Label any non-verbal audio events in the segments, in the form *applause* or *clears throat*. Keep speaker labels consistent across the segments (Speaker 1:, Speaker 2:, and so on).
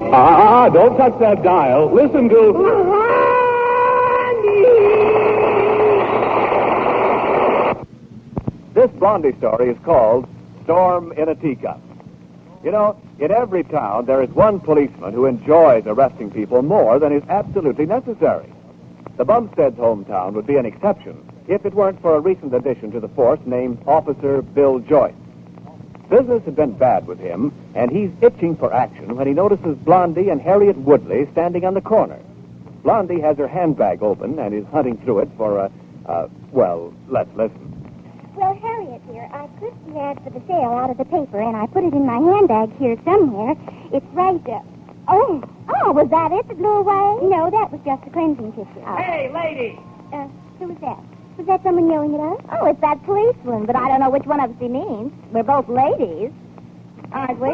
Speaker 1: Ah, don't touch that dial. Listen to.
Speaker 2: This Blondie story is called Storm in a Teacup. You know, in every town, there is one policeman who enjoys arresting people more than is absolutely necessary. The Bumstead's hometown would be an exception if it weren't for a recent addition to the force named Officer Bill Joyce. Business had been bad with him, and he's itching for action when he notices Blondie and Harriet Woodley standing on the corner. Blondie has her handbag open and is hunting through it for a, uh, well, let's listen.
Speaker 3: Well, Harriet, dear, I clipped the ad for the sale out of the paper, and I put it in my handbag here somewhere. It's right there. Oh, oh, was that it that blew away? No, that was just a cleansing tissue.
Speaker 4: Oh.
Speaker 5: Hey, lady!
Speaker 3: Uh, who was that? Was that someone yelling at us?
Speaker 4: Oh, it's that policeman, but I don't know which one of us he means. We're both ladies, aren't we?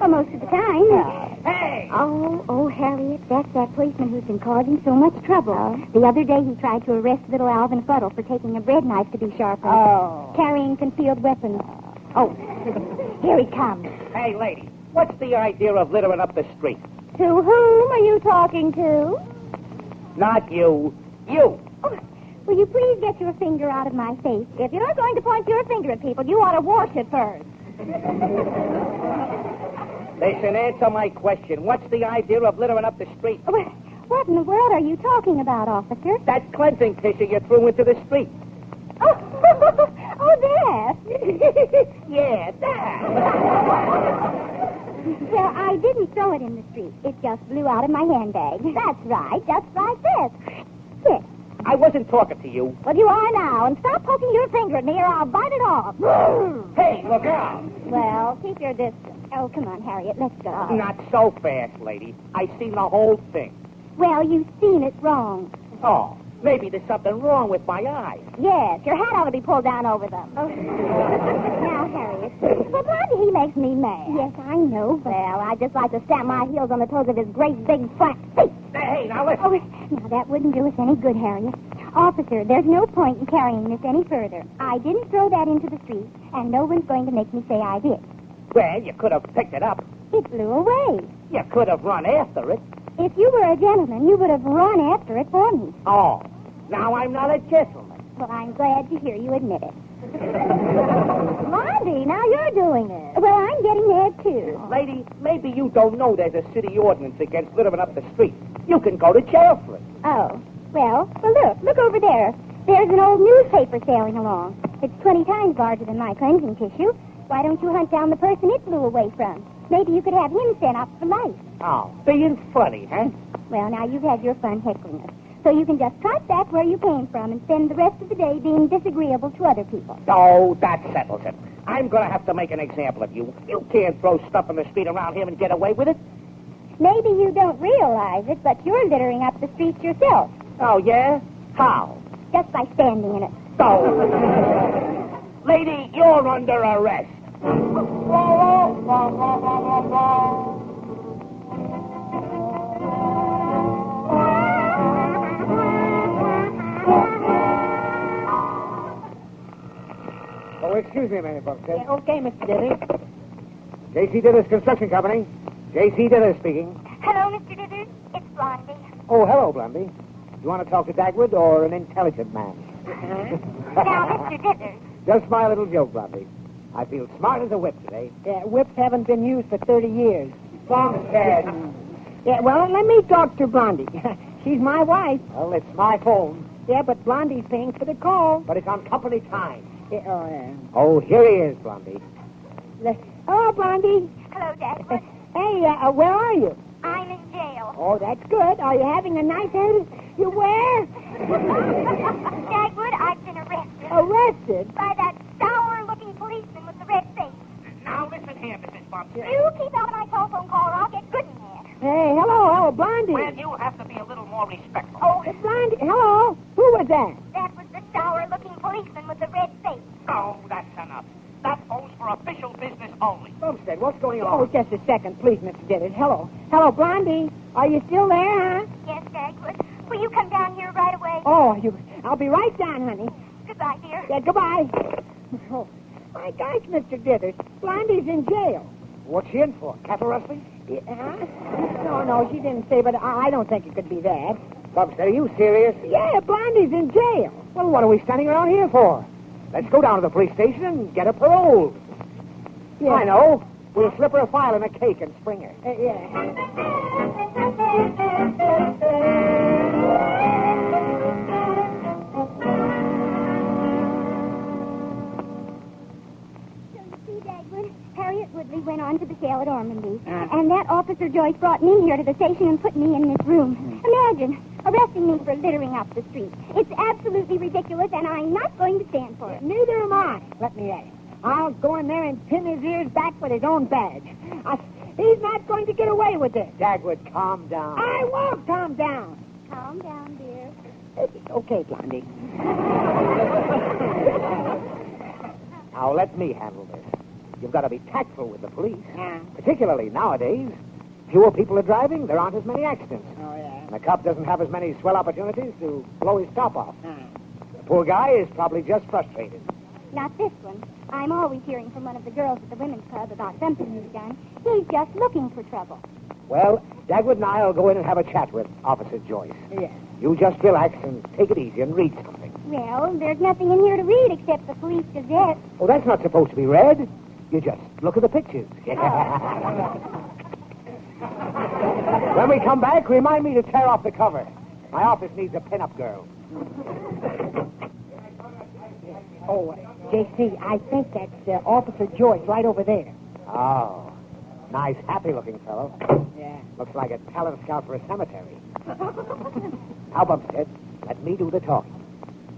Speaker 3: Well, most of the time.
Speaker 5: Hey!
Speaker 3: Oh, oh, Harriet, that's that policeman who's been causing so much trouble.
Speaker 4: Oh.
Speaker 3: The other day he tried to arrest little Alvin Fuddle for taking a bread knife to be sharpened,
Speaker 4: Oh.
Speaker 3: carrying concealed weapons. Oh, *laughs* here he comes.
Speaker 5: Hey, lady! What's the idea of littering up the street?
Speaker 4: To whom are you talking to?
Speaker 5: Not you. You!
Speaker 3: Oh, will you please get your finger out of my face?
Speaker 4: If you're going to point your finger at people, you ought to wash it first.
Speaker 5: Listen, answer my question. What's the idea of littering up the street?
Speaker 3: Wha- Oh, What in the world are you talking about, officer?
Speaker 5: That cleansing tissue you threw into the street.
Speaker 3: Oh, *laughs* oh *laughs* that.
Speaker 5: Yeah, that.
Speaker 3: well, I didn't throw it in the street. It just blew out of my handbag.
Speaker 4: That's right, just like this.
Speaker 3: Yes.
Speaker 5: I wasn't talking to you.
Speaker 4: Well, you are now, and stop poking your finger at me or I'll bite it off.
Speaker 5: Hey, look out!
Speaker 4: well, keep your distance.
Speaker 3: Oh, come on, Harriet, let's go.
Speaker 5: Not so fast, lady. I seen the whole thing.
Speaker 3: Well, you've seen it wrong.
Speaker 5: Oh, maybe there's something wrong with my eyes.
Speaker 4: Yes, your hat ought to be pulled down over them.
Speaker 3: *laughs* Now, Harriet.
Speaker 4: Well, Blondie, he makes me mad.
Speaker 3: Yes, I know, but.
Speaker 4: Well, I just like to stamp my heels on the toes of his great big flat feet.
Speaker 5: Hey, now listen.
Speaker 3: Oh, now, that wouldn't do us any good, Harriet. Officer, there's no point in carrying this any further. I didn't throw that into the street, and no one's going to make me say I did.
Speaker 5: Well, you could have picked it up.
Speaker 3: It blew away.
Speaker 5: You could have run after it.
Speaker 3: If you were a gentleman, you would have run after it for me.
Speaker 5: Oh, now I'm not a gentleman.
Speaker 3: Well, I'm glad to hear you admit it. *laughs*
Speaker 4: Blondie, now you're doing it.
Speaker 3: Well, I'm getting mad, too.
Speaker 5: Lady, maybe you don't know there's a city ordinance against littering up the street. You can go to jail for it.
Speaker 3: Oh, well, well, look, look over there. There's an old newspaper sailing along. It's 20 times larger than my cleansing tissue. Why don't you hunt down the person it blew away from? Maybe you could have him sent up for life.
Speaker 5: Oh, being funny, huh?
Speaker 3: Well, now you've had your fun heckling us. So you can just trot back where you came from and spend the rest of the day being disagreeable to other people.
Speaker 5: Oh, that settles it. I'm going to have to make an example of you. You can't throw stuff in the street around here and get away with it.
Speaker 3: Maybe you don't realize it, but you're littering up the streets yourself
Speaker 5: Oh, yeah? How?
Speaker 3: just by standing in it.
Speaker 5: Oh. *laughs* Lady, you're under arrest.
Speaker 6: Oh, excuse me a minute, Buckstead.
Speaker 4: Okay, Mr. Diddy.
Speaker 6: J.C. Dithers Construction Company. J.C. Dithers speaking.
Speaker 3: Hello, Mr. Dithers. It's Blondie.
Speaker 6: Oh, hello, Blondie. You want to talk to Dagwood or an intelligent man?
Speaker 7: Mm-hmm.
Speaker 3: Dithers.
Speaker 6: Just my little joke, Blondie. I feel smart as a whip today.
Speaker 7: Yeah, whips haven't been used for 30 years.
Speaker 6: Bumpstead.
Speaker 7: Yeah, well, let me talk to Blondie. *laughs* She's my wife.
Speaker 6: Well, it's my phone,
Speaker 7: Yeah, but Blondie's paying for the call.
Speaker 6: but it's on company time.
Speaker 7: Yeah, oh, yeah.
Speaker 6: Oh, here he is, Blondie.
Speaker 7: Oh, Blondie.
Speaker 3: Hello, Dagwood.
Speaker 7: Hey, uh, uh, where are you?
Speaker 3: I'm in jail. *laughs*
Speaker 7: Oh, that's good. Are you having a nice heritage? You were
Speaker 3: Dagwood, I've been arrested
Speaker 7: arrested.
Speaker 3: by that sour-looking policeman with the red face.
Speaker 5: Now listen here, Mrs. Bumpstead.
Speaker 3: You keep out of my telephone call, or I'll get good and mad.
Speaker 7: Hey, hello, hello, Blondie.
Speaker 5: Well, you have to be a little more respectful.
Speaker 7: Oh, Blondie, hello. Who was that?
Speaker 3: That was the sour-looking policeman with the red face.
Speaker 5: Oh, that's enough. That goes for official business only.
Speaker 6: Bumpstead, what's going
Speaker 7: Oh,
Speaker 6: on?
Speaker 7: just a second, please, Mr. Diddy. Hello. Hello, Blondie. Are you still there, huh?
Speaker 3: Yes, Dagwood. Will you come down here right away?
Speaker 7: Oh, you. I'll be right down, honey.
Speaker 3: Goodbye, dear.
Speaker 7: Yeah, goodbye. Oh, my gosh, Mr. Dithers. Blondie's in jail.
Speaker 6: What's she in for? Cattle rustling?
Speaker 7: Yeah. No, no, she didn't say, but I, I don't think it could be that.
Speaker 6: Bubster, are you serious?
Speaker 7: Yeah, Blondie's in jail.
Speaker 6: Well, what are we standing around here for? Let's go down to the police station and get her paroled.
Speaker 7: Yeah.
Speaker 6: I know. We'll slip her a file and a cake and spring her.
Speaker 7: Uh, yeah.
Speaker 3: So you see, Dagwood, Harriet Woodley went on to the jail at Ormondy.
Speaker 5: Uh.
Speaker 3: And that officer Joyce brought me here to the station and put me in this room. Imagine arresting me for littering up the street. It's absolutely ridiculous, and I'm not going to stand for it.
Speaker 7: Neither am I. Let me at him. I'll go in there and pin his ears back with his own badge. I, he's not going to get away with this.
Speaker 6: Dagwood, calm down.
Speaker 7: I won't calm down.
Speaker 3: Calm down, dear.
Speaker 7: Okay, Blondie.
Speaker 6: Now let me handle this. You've got to be tactful with the police.
Speaker 7: Yeah.
Speaker 6: Particularly nowadays. Fewer people are driving, there aren't as many accidents.
Speaker 7: Oh, yeah.
Speaker 6: And the cop doesn't have as many swell opportunities to blow his top off.
Speaker 7: Uh.
Speaker 6: The poor guy is probably just frustrated.
Speaker 3: Not this one. I'm always hearing from one of the girls at the women's club about something he's done. He's just looking for trouble.
Speaker 6: Well, Dagwood and I'll go in and have a chat with Officer Joyce.
Speaker 7: Yeah.
Speaker 6: You just relax and take it easy and read something.
Speaker 3: Well, there's nothing in here to read except the police gazette.
Speaker 6: Oh, that's not supposed to be read. You just look at the pictures. *laughs* when we come back, remind me to tear off the cover. My office needs a pinup girl.
Speaker 7: Oh, uh, J.C., I think that's uh, Officer Joyce right over there.
Speaker 6: Oh, nice, happy-looking fellow.
Speaker 7: Yeah.
Speaker 6: Looks like a talent scout for a cemetery. now, Bumstead, let me do the talking.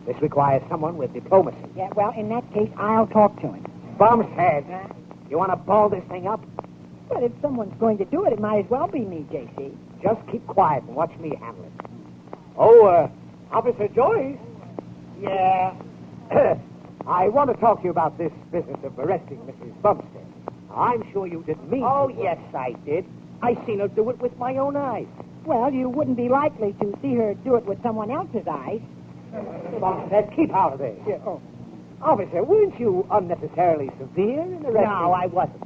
Speaker 6: This requires someone with diplomacy.
Speaker 7: Yeah, well, in that case, I'll talk to him.
Speaker 6: Bumstead, you want to ball this thing up?
Speaker 7: But if someone's going to do it, it might as well be me, J.C.
Speaker 6: Just keep quiet and watch me handle it. Oh, uh, Officer Joyce.
Speaker 5: Yeah.
Speaker 6: *clears throat* I want to talk to you about this business of arresting Mrs. Bumstead. I'm sure you didn't mean.
Speaker 5: Oh, yes, I did. I seen her do it with my own eyes.
Speaker 7: Well, you wouldn't be likely to see her do it with someone else's eyes.
Speaker 6: Bumstead, keep out of this.
Speaker 7: Yeah, oh.
Speaker 6: Officer, weren't you unnecessarily severe in arresting?
Speaker 5: No, I wasn't.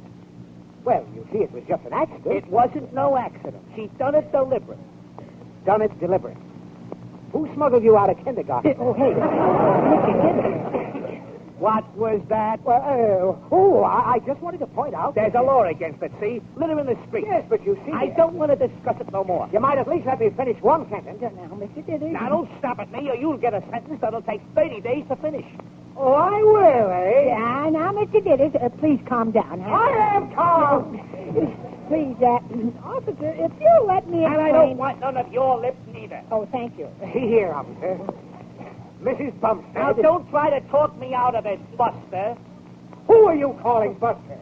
Speaker 6: Well, you see, it was just an accident.
Speaker 5: It wasn't no accident. She done it deliberate.
Speaker 6: Done it deliberate. Who smuggled you out of kindergarten?
Speaker 7: Oh, hey. Look, you did it.
Speaker 5: What was that?
Speaker 6: Well, uh, oh, I, I just wanted to point out.
Speaker 5: There's
Speaker 6: that-
Speaker 5: a law against it, see? Litter in the street.
Speaker 6: Yes, but you see.
Speaker 5: I don't want to discuss it no more.
Speaker 6: You might at least let me finish one sentence.
Speaker 7: Now, Mr. Diddy.
Speaker 5: Now, don't stop at me, or you'll get a sentence that'll take 30 days to finish.
Speaker 6: Oh, I will, eh?
Speaker 7: Yeah, now, Mr. Diddy, uh, please calm down. huh?
Speaker 6: I am calm.
Speaker 7: Please, uh, officer, if you'll let me
Speaker 5: And
Speaker 7: explain...
Speaker 5: I don't want none of your lips neither.
Speaker 7: Oh, thank you.
Speaker 6: See here, officer. Mrs. Bumstead.
Speaker 5: Now, don't try to talk me out of it, Buster.
Speaker 6: Who are you calling Buster?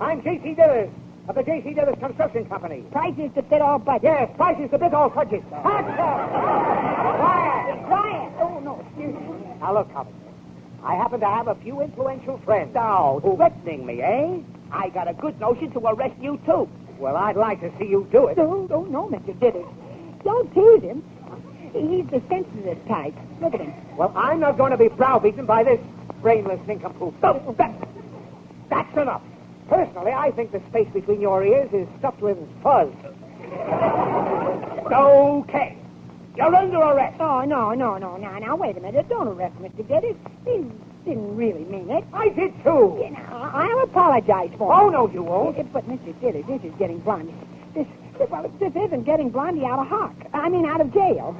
Speaker 6: I'm J.C. Dillers of the J.C. Dillers Construction Company.
Speaker 7: Prices to fit all budgets.
Speaker 6: Yes, prices to bit all fudges. Hot stuff. Quiet.
Speaker 7: Quiet. Oh, no, excuse me.
Speaker 6: Now, look, officer. I happen to have a few influential friends.
Speaker 5: Now, threatening me, eh? I got a good notion to arrest you, too.
Speaker 6: Well, I'd like to see you do
Speaker 7: *laughs*
Speaker 6: it.
Speaker 7: No, no, no, Mr. Diddy. Don't tease him. He's the sensitive type. Look at him.
Speaker 6: Well, I'm not going to be browbeaten by this brainless nincompoop.
Speaker 5: Don't
Speaker 6: That's enough. Personally, I think the space between your ears is stuffed with fuzz.
Speaker 5: Okay. You're under arrest.
Speaker 7: Oh, no, no, no, now, now, wait a minute. Don't arrest Mr. Diddy. He didn't really mean it.
Speaker 6: I did too.
Speaker 7: You know, I'll apologize for
Speaker 6: Oh, no, you won't.
Speaker 7: it. But, Mr. Diddy, this is getting Blondie. This, well, this isn't getting Blondie out of hock. I mean, out of jail.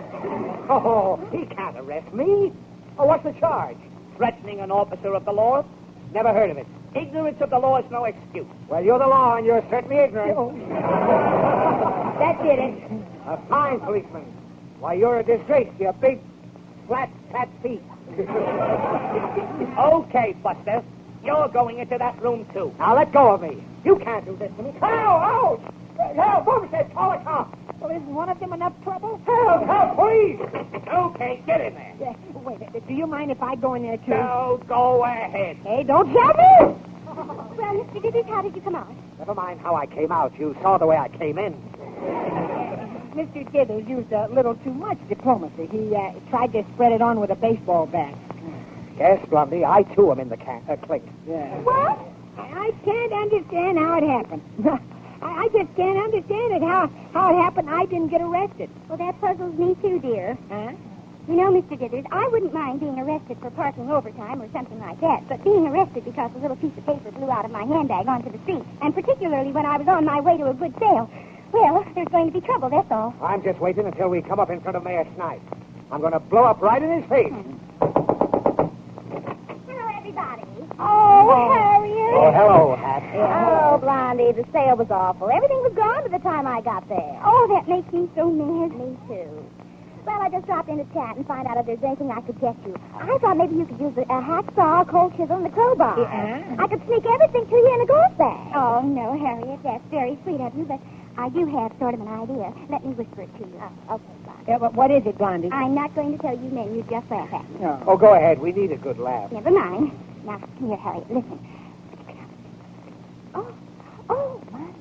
Speaker 6: Oh, he can't arrest me. Oh, what's the charge?
Speaker 5: Threatening an officer of the law?
Speaker 6: Never heard of it.
Speaker 5: Ignorance of the law is no excuse.
Speaker 6: Well, you're the law, and you're certainly ignorant.
Speaker 7: Oh, That did it.
Speaker 6: A fine policeman. Why, you're a disgrace. to Your big, flat, fat feet.
Speaker 5: Okay, Buster. You're going into that room, too.
Speaker 6: Now let go of me. You can't do this to me. Help! Ouch! Help! Bumstead, call a cop.
Speaker 7: Well, Oh, isn't one of them enough trouble?
Speaker 6: Help! Help! Please!
Speaker 5: Okay, get in there.
Speaker 7: Yeah, wait a minute. Do you mind if I go in there, too?
Speaker 5: No, go ahead.
Speaker 7: Hey, don't shout me!
Speaker 3: Well, Mr. Diddy, how did you come out?
Speaker 6: Never mind how I came out. You saw the way I came in.
Speaker 7: Mr. Dithers used a little too much diplomacy. He uh, tried to spread it on with a baseball bat.
Speaker 6: Yes, Blondie, I too am in the ca- uh, clink.
Speaker 7: Yeah.
Speaker 3: What?
Speaker 7: I can't understand how it happened. *laughs* I, I just can't understand it, how, how it happened I didn't get arrested.
Speaker 3: Well, that puzzles me too, dear.
Speaker 7: Huh?
Speaker 3: You know, Mr. Dithers, I wouldn't mind being arrested for parking overtime or something like that, but being arrested because a little piece of paper blew out of my handbag onto the street, and particularly when I was on my way to a good sale. Well, *laughs* there's going to be trouble, that's all.
Speaker 6: I'm just waiting until we come up in front of Mayor Snipes. I'm going to blow up right in his face.
Speaker 3: Hello, everybody.
Speaker 4: Oh,
Speaker 3: Harriet.
Speaker 6: Oh, hello, Hattie.
Speaker 4: Oh, Blondie, the sale was awful. Everything was gone by the time I got there.
Speaker 3: Oh, that makes me so mad.
Speaker 4: Me too.
Speaker 3: Well, I just dropped in to chat and find out if there's anything I could get you. I thought maybe you could use a, a hacksaw, a cold chisel, and a crowbar.
Speaker 7: Yeah.
Speaker 3: I could sneak everything to you in a golf bag. Oh, no, Harriet, that's very sweet of you, but I do have sort of an idea. Let me whisper it to you. Oh, okay, fine.
Speaker 7: Yeah, but what is it, Blondie?
Speaker 3: I'm not going to tell you men. You just laugh at me.
Speaker 7: No.
Speaker 6: Oh, go ahead. We need a good laugh.
Speaker 3: Never mind. Now, come here, Harriet. Listen. Oh, oh, my.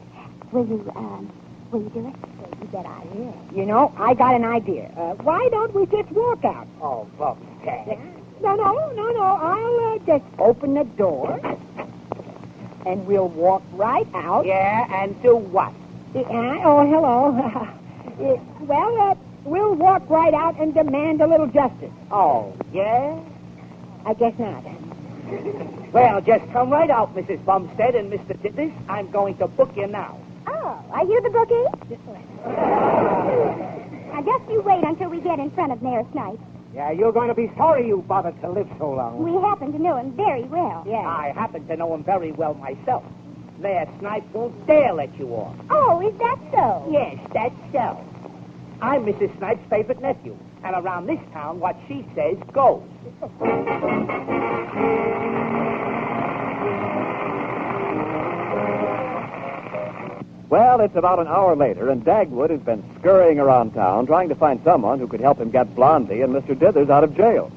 Speaker 3: Will you, um, will you do it? You bet I will.
Speaker 7: You know, I got an idea. Uh, why don't we just walk out?
Speaker 6: Oh, Bumstead.
Speaker 7: No, no, no, no. I'll uh, just open the door, and we'll walk right out.
Speaker 5: Yeah, and do what?
Speaker 7: Uh, oh, hello. Uh, well, uh, we'll walk right out and demand a little justice.
Speaker 5: Oh, yeah?
Speaker 7: I guess not.
Speaker 5: Well, just come right out, Mrs. Bumstead and Mr. Dithers. I'm going to book you now.
Speaker 3: Oh, are you the bookie? now, just you wait until we get in front of Mayor Snipes.
Speaker 6: Yeah, you're going to be sorry you bothered to live so long.
Speaker 3: We happen to know him very well.
Speaker 7: Yeah.
Speaker 5: I happen to know him very well myself. Mayor Snipe won't dare let you off.
Speaker 3: Oh, is that so?
Speaker 5: Yes, that's so. I'm Mrs. Snipe's favorite nephew, and around this town, what she says goes.
Speaker 2: Well, it's about an hour later, and Dagwood has been scurrying around town trying to find someone who could help him get Blondie and Mr. Dithers out of jail.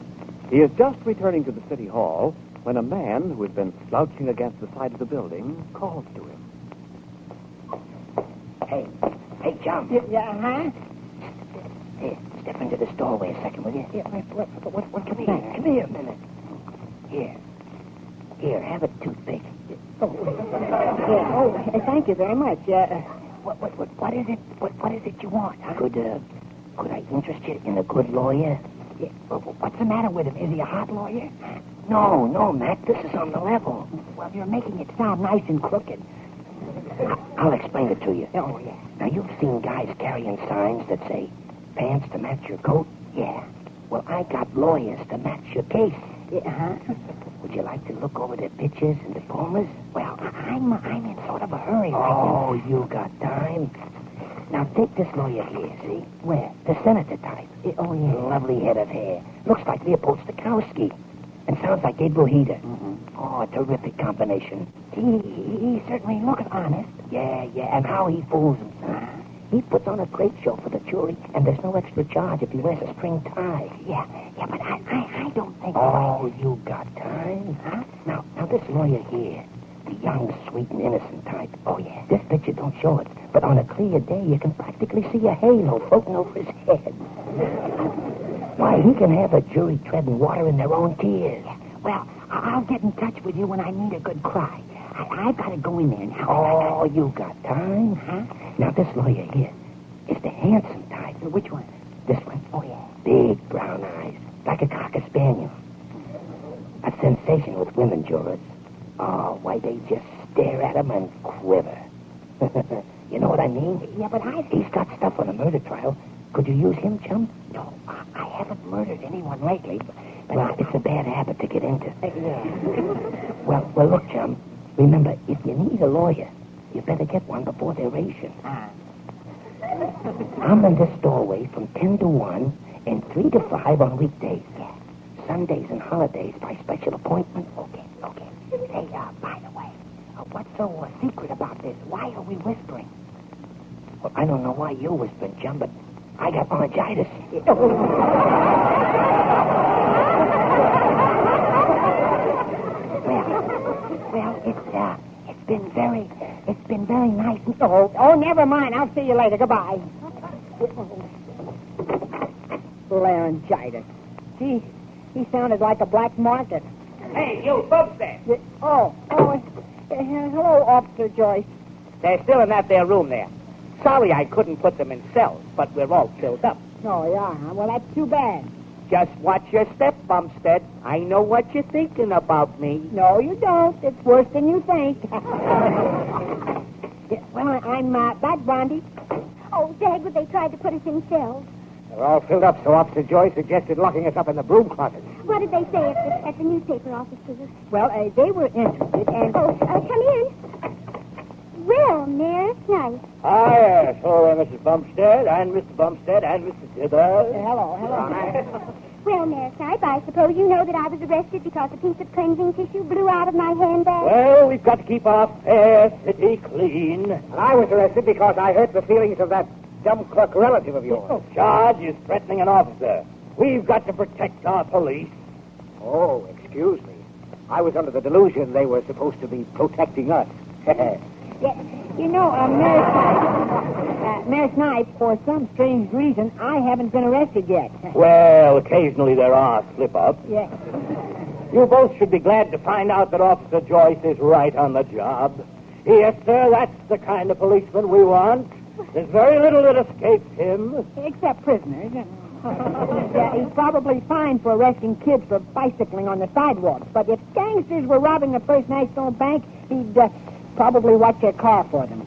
Speaker 2: He is just returning to the city hall when a man who has been slouching against the side of the building calls to him.
Speaker 5: Hey, hey, John,
Speaker 7: Yeah, huh?
Speaker 5: here, step into this doorway a second, will you?
Speaker 7: Yeah, what, what, what, what's the
Speaker 5: Come
Speaker 7: matter?
Speaker 5: here, come here a minute. Here, here, have a toothpick. *laughs*
Speaker 7: Yeah, oh, eh, thank you very much. Uh,
Speaker 5: What, what, what, what is it? What, what is it you want? Could, uh, could I interest you in a good lawyer? Yeah, wh- wh- What's the matter with him? Is he a hot lawyer? No, no, Mac. This is on the level.
Speaker 7: well, you're making it sound nice and crooked.
Speaker 5: I'll explain it to you.
Speaker 7: Oh, yeah.
Speaker 5: Now, you've seen guys carrying signs that say, pants to match your coat? Yeah. Well, I got lawyers to match your case.
Speaker 7: yeah
Speaker 5: uh-huh.
Speaker 7: huh?
Speaker 5: Would you like to look over their pictures and diplomas?
Speaker 7: Well, I'm, I'm in sort of a hurry.
Speaker 5: Oh, you got time. Now, take this lawyer here, see? Where? The senator type.
Speaker 7: Oh,
Speaker 5: Lovely head of hair. Looks like Leopold Stokowski. And sounds like Gabriel Heater. Oh, a terrific combination. He, he- he's certainly looking honest. Yeah, yeah, and how he fools himself. He puts on a great show for the jury, and there's no extra charge if he wears a string tie. Yeah, yeah, but I, I, I don't think... Oh, you got time, huh? Now, now, this lawyer here, the young, sweet, and innocent type. Oh, yeah. This picture don't show it, but on a clear day, you can practically see a halo floating over his head. Why, he can have a jury treading water in their own tears. Well, I'll get in touch with you when I need a good cry. I, I've got to go in there now. Oh, you got time, huh? Now, this lawyer here is the handsome type. Which one? This one. Oh, yeah. Big brown eyes, like a cocker spaniel. A sensation with women jurors. Oh, why, they just stare at him and quiver. *laughs* you know what I mean? Yeah, but I... He's got stuff on a murder trial. Could you use him, chum? No, I, I haven't murdered anyone lately. But well, it's a bad habit to get into. *laughs* well, well, look, chum. Remember, if you need a lawyer, you better get one before they're Asian. *laughs* I'm in this doorway from 10 to 1 and 3 to 5 on weekdays. Yeah. Sundays and holidays by special appointment. Okay, okay. Hey, uh, by the way, uh, what's so uh, secret about this? Why are we whispering? Well, I don't know why you're whispering, Jim, but I got meningitis. well, well, it's, uh, it's been very, it's been very nice. Oh,
Speaker 7: Oh, never mind. I'll see you later. Goodbye. Laryngitis. Gee, he sounded like a black market.
Speaker 5: Hey, you, Bubstead.
Speaker 7: Oh, oh, hello, Officer Joyce.
Speaker 5: They're still in that there room there. Sorry I couldn't put them in cells, but we're all filled up.
Speaker 7: Oh, yeah. huh? Well, that's too bad.
Speaker 5: Just watch your step, Bumstead. I know what you're thinking about me.
Speaker 7: No, you don't. It's worse than you think. *laughs* Yeah, well, I- I'm uh, back, Blondie.
Speaker 3: Oh, Dagwood, they tried to put us in cells.
Speaker 6: They're all filled up, so Officer Joy suggested locking us up in the broom closet.
Speaker 3: What did they say at the, at the newspaper office to us?
Speaker 7: Well, uh, they were interested, and
Speaker 3: Oh, uh, come in. Well, Mayor, it's nice.
Speaker 5: Ah, yes. Hello, Mrs. Bumstead, and Mr. Bumstead, and Mr. Dibber.
Speaker 7: hello, hello.
Speaker 3: Well, Mayor Snipe, I suppose you know that I was arrested because a piece of cleansing tissue blew out of my handbag.
Speaker 5: Well, we've got to keep our fair city clean.
Speaker 6: And I was arrested because I hurt the feelings of that dumb clerk relative of *laughs* yours.
Speaker 5: Charge is Oh, threatening an officer. We've got to protect our police.
Speaker 6: Oh, excuse me. I was under the delusion they were supposed to be protecting us.
Speaker 7: You know, uh, Mayor Snipe, uh, Mayor Snipe, for some strange reason, I haven't been arrested yet.
Speaker 5: Well, occasionally there are slip-ups.
Speaker 7: Yeah.
Speaker 5: You both should be glad to find out that Officer Joyce is right on the job. Yes, sir, that's the kind of policeman we want. There's very little that escapes him.
Speaker 7: Except prisoners. yeah, he's probably fine for arresting kids for bicycling on the sidewalks. But if gangsters were robbing the First National Bank, he'd uh, probably watch their car for them.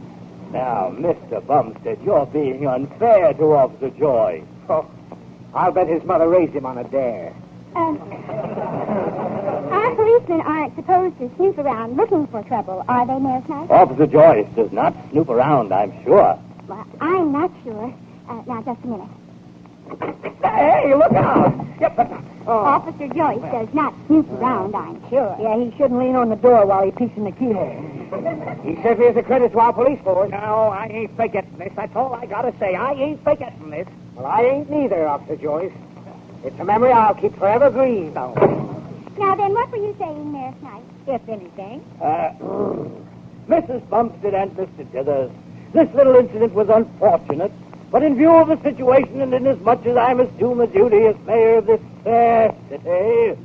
Speaker 5: Now, Mr. Bumstead, you're being unfair to Officer Joyce.
Speaker 6: I'll bet his mother raised him on a dare.
Speaker 3: Um, our policemen aren't supposed to snoop around looking for trouble, are they, Mayor Snipe?
Speaker 5: Officer Joyce does not snoop around, I'm sure.
Speaker 3: Well, I'm not sure. Uh, now, just a minute.
Speaker 5: Hey, look out!
Speaker 7: Oh.
Speaker 3: Officer Joyce does not snoop around, I'm sure.
Speaker 7: Yeah, he shouldn't lean on the door while he peeks in the keyhole.
Speaker 6: He certainly is a credit to our police force.
Speaker 5: No, I ain't forgetting this. That's all I gotta say. I ain't forgetting this.
Speaker 6: Well, I ain't neither, Officer Joyce. It's a memory I'll keep forever green, though.
Speaker 3: Now, then, what were you saying, Mayor Snipe? *laughs*
Speaker 7: If anything.
Speaker 5: Uh, Mrs. Bumstead and Mr. Dithers, this little incident was unfortunate, but in view of the situation and inasmuch as I must do my duty as mayor of this fair city,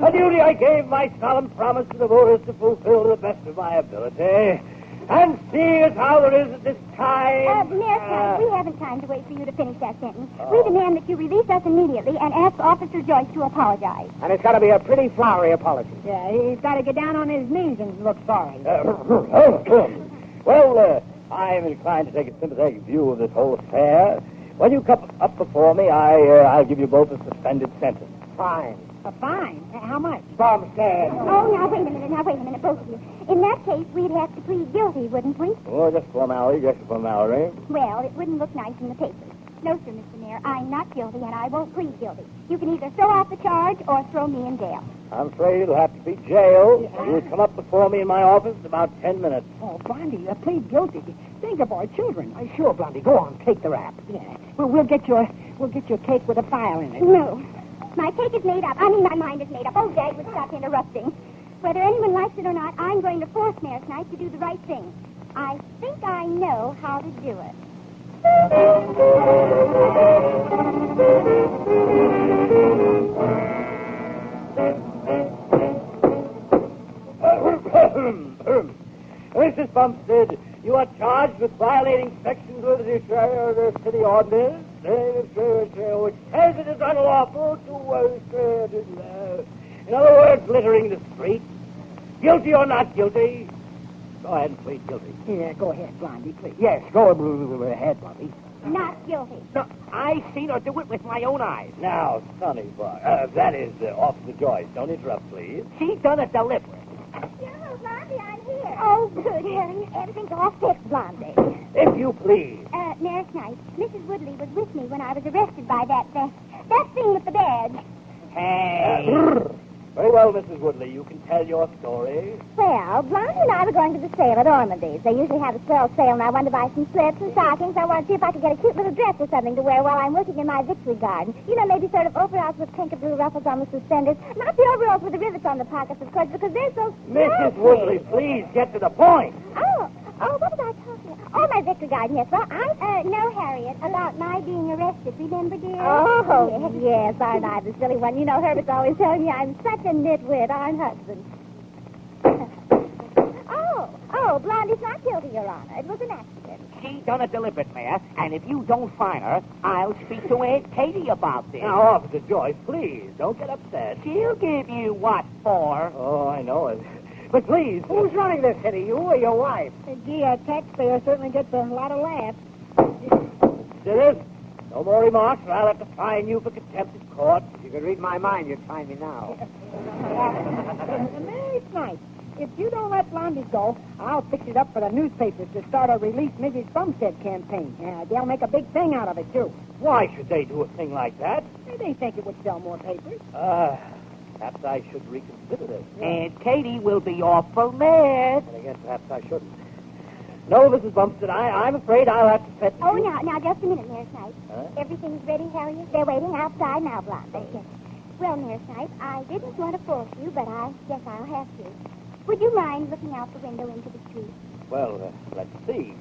Speaker 5: a duty I gave my solemn promise to the voters to fulfill to the best of my ability, and seeing as how there is at this
Speaker 3: Uh,
Speaker 5: time...
Speaker 3: Mayor
Speaker 5: uh,
Speaker 3: Snipe, we haven't time to wait for you to finish that sentence. We demand that you release us immediately and ask Officer Joyce to apologize.
Speaker 6: And it's got to be a pretty flowery apology.
Speaker 7: Yeah, he's got to get down on his knees and look sorry.
Speaker 5: Uh, *laughs* well, uh, I am inclined to take a sympathetic view of this whole affair. When you come up before me, I, uh, I'll give you both a suspended sentence.
Speaker 6: Fine.
Speaker 7: A fine. Uh, How much?
Speaker 6: Bumstead.
Speaker 3: Oh, now, wait a minute. Now, wait a minute, both of you. In that case, we'd have to plead guilty, wouldn't we?
Speaker 5: Oh, just one hour, just one hour.
Speaker 3: Well, it wouldn't look nice in the papers. No, sir, Mr. Mayor. I'm not guilty, and I won't plead guilty. You can either throw out the charge or throw me in jail.
Speaker 5: I'm afraid it'll have to be jail. You'll come up before me in my office in about ten minutes.
Speaker 7: Oh, Blondie, uh, plead guilty. Think of our children.
Speaker 6: Hey, Sure, Blondie, go on, take the rap.
Speaker 7: Yeah. Well, we'll get your we'll get your cake with a file in it.
Speaker 3: No. My cake is made up. I mean, my mind is made up. Oh, Dad would stop interrupting. Whether anyone likes it or not, I'm going to force Mayor Snipe to do the right thing. I think I know how to do it.
Speaker 5: *laughs* Mrs. Bumstead, you are charged with violating sections of the Shire- uh, city ordinance, uh, uh, which says it is unlawful to, uh, uh, in other words, littering the street. Guilty or not guilty, go ahead and plead guilty.
Speaker 7: Yeah, go ahead, Blondie, please.
Speaker 6: Yes, go ahead, Blondie.
Speaker 3: Not guilty.
Speaker 5: No, I seen her do it with my own eyes. Now, Sonny Bar, uh, that is uh, Officer Joyce. Don't interrupt, please. She done it deliberate.
Speaker 3: No, Blondie, I'm here. Oh, good heavens. Everything's all fixed, Blondie.
Speaker 5: If you please.
Speaker 3: Uh, Mayor Snipe, Mrs. Woodley was with me when I was arrested by that, uh, that thing with the badge.
Speaker 5: Very well, Mrs. Woodley. You can tell your story.
Speaker 3: Well, Blondie and I were going to the sale at Ormondy's. They usually have a swell sale, and I wanted to buy some slips and stockings. I wanted to see if I could get a cute little dress or something to wear while I'm working in my victory garden. You know, maybe sort of overalls with pinkaboo ruffles on the suspenders. Not the overalls with the rivets on the pockets, of course, because they're so
Speaker 5: Mrs.
Speaker 3: snazzy.
Speaker 5: Woodley, please get to the point.
Speaker 3: Oh, oh, what was I talking about? Oh, my victory garden, yes. Well, I... Uh, no, Harriet, about my being arrested, remember, dear? Oh, yes, aren't I the silly one? You know, Herbert's always telling me I'm such a nitwit, aren't husband? *coughs* oh, No, Blondie's not guilty, Your Honor. It was an accident.
Speaker 5: She done it deliberate, Mayor, and if you don't find her, I'll speak to Aunt Katie about this.
Speaker 6: Now, Officer Joyce, please, don't get upset.
Speaker 5: She'll give you what for.
Speaker 6: Oh, I know it. But please. Who's running this city, you or your wife?
Speaker 7: Uh, Gee, a taxpayer certainly gets a lot of laughs.
Speaker 6: Citizen, no more remarks, or I'll have to fine you for contempt of court. If you could read my mind, you'd find me now.
Speaker 7: Very nice. If you don't let Blondie go, I'll fix it up for the newspapers to start a Release Mrs. Bumstead campaign. Yeah, they'll make a big thing out of it, too.
Speaker 6: Why should they do a thing like that?
Speaker 7: They- They think it would sell more papers. *laughs*
Speaker 6: Uh, perhaps I should reconsider this.
Speaker 5: Aunt Katie will be awful mad.
Speaker 6: And again, perhaps I shouldn't. No, Mrs. Bumpstead, I, I'm afraid I'll have to set
Speaker 3: Oh, now, now, just a minute, Mayor Snipe.
Speaker 6: Huh?
Speaker 3: Everything's ready, Harriet? They're waiting outside now, Blondie. Okay. Well, Mayor Snipe, I didn't want to force you, but I guess I'll have to. Would you mind looking out the window into the street?
Speaker 6: Well, uh, let's see.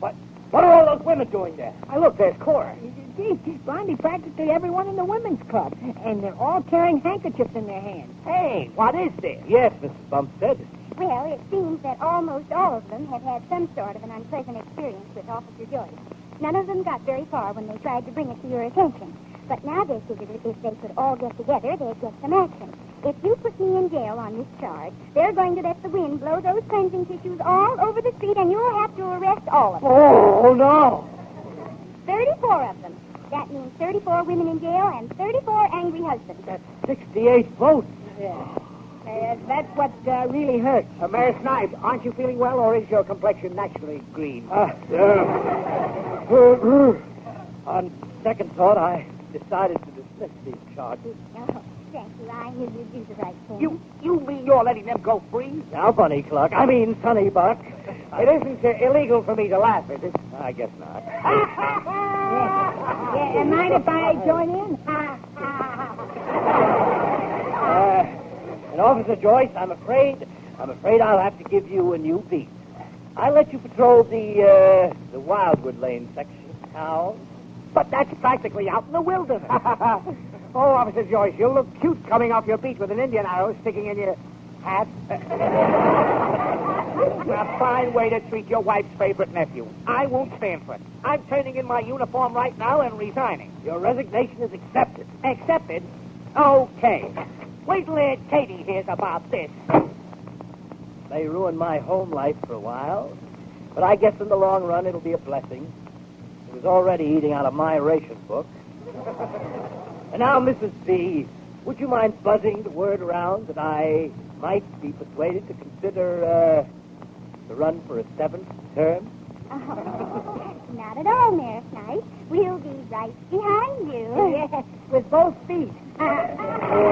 Speaker 6: What, what are all those women doing there? I look, there's Cora.
Speaker 7: Gee, Blondie practically everyone in the women's club, and they're all carrying handkerchiefs in their hands.
Speaker 5: Hey, what is this?
Speaker 6: Yes, Mrs. Bumpstead.
Speaker 3: Well, it seems that almost all of them have had some sort of an unpleasant experience with Officer Joyce. None of them got very far when they tried to bring it to your attention. But now they figured that if they could all get together, they'd get some action. If you put me in jail on this charge, they're going to let the wind blow those cleansing tissues all over the street, and you'll have to arrest all of them.
Speaker 6: Oh, no.
Speaker 3: 34 of them. That means 34 women in jail and 34 angry husbands.
Speaker 6: That's 68 votes.
Speaker 7: Uh, that's what uh, really hurts.
Speaker 6: Uh, Mayor Snipes, aren't you feeling well, or is your complexion naturally green? Uh, on second thought, I decided to dismiss these charges.
Speaker 3: Oh, thank you. I knew you'd do the right thing.
Speaker 5: You you mean you're letting them go free?
Speaker 6: Now, Bunny Cluck, I mean
Speaker 5: *laughs*
Speaker 6: Sonny Buck. It isn't uh, illegal for me to laugh, is it? I guess not.
Speaker 7: Yeah, and mind if I join in?
Speaker 6: Uh, and Officer Joyce, I'm afraid, I'm afraid I'll have to give you a new beat. I let you patrol the uh, the Wildwood Lane section of town.
Speaker 5: But that's practically out in the *laughs* wilderness.
Speaker 6: oh, Officer Joyce, you'll look cute coming off your beat with an Indian arrow sticking in your hat.
Speaker 5: *laughs* a fine way to treat your wife's favorite nephew. I won't stand for it. I'm turning in my uniform right now and resigning.
Speaker 6: Your resignation is accepted.
Speaker 5: Accepted? Okay. Wait till Aunt Katie hears about this.
Speaker 6: They ruined my home life for a while, but I guess in the long run it'll be a blessing. It was already eating out of my ration book. *laughs* and now, Mrs. B, would you mind buzzing the word around that I might be persuaded to consider uh, to run for a seventh term?
Speaker 3: Oh, *laughs* not at all, Mayor Snipe. We'll be right behind you. *laughs*
Speaker 7: Yes, with both feet.
Speaker 3: Uh,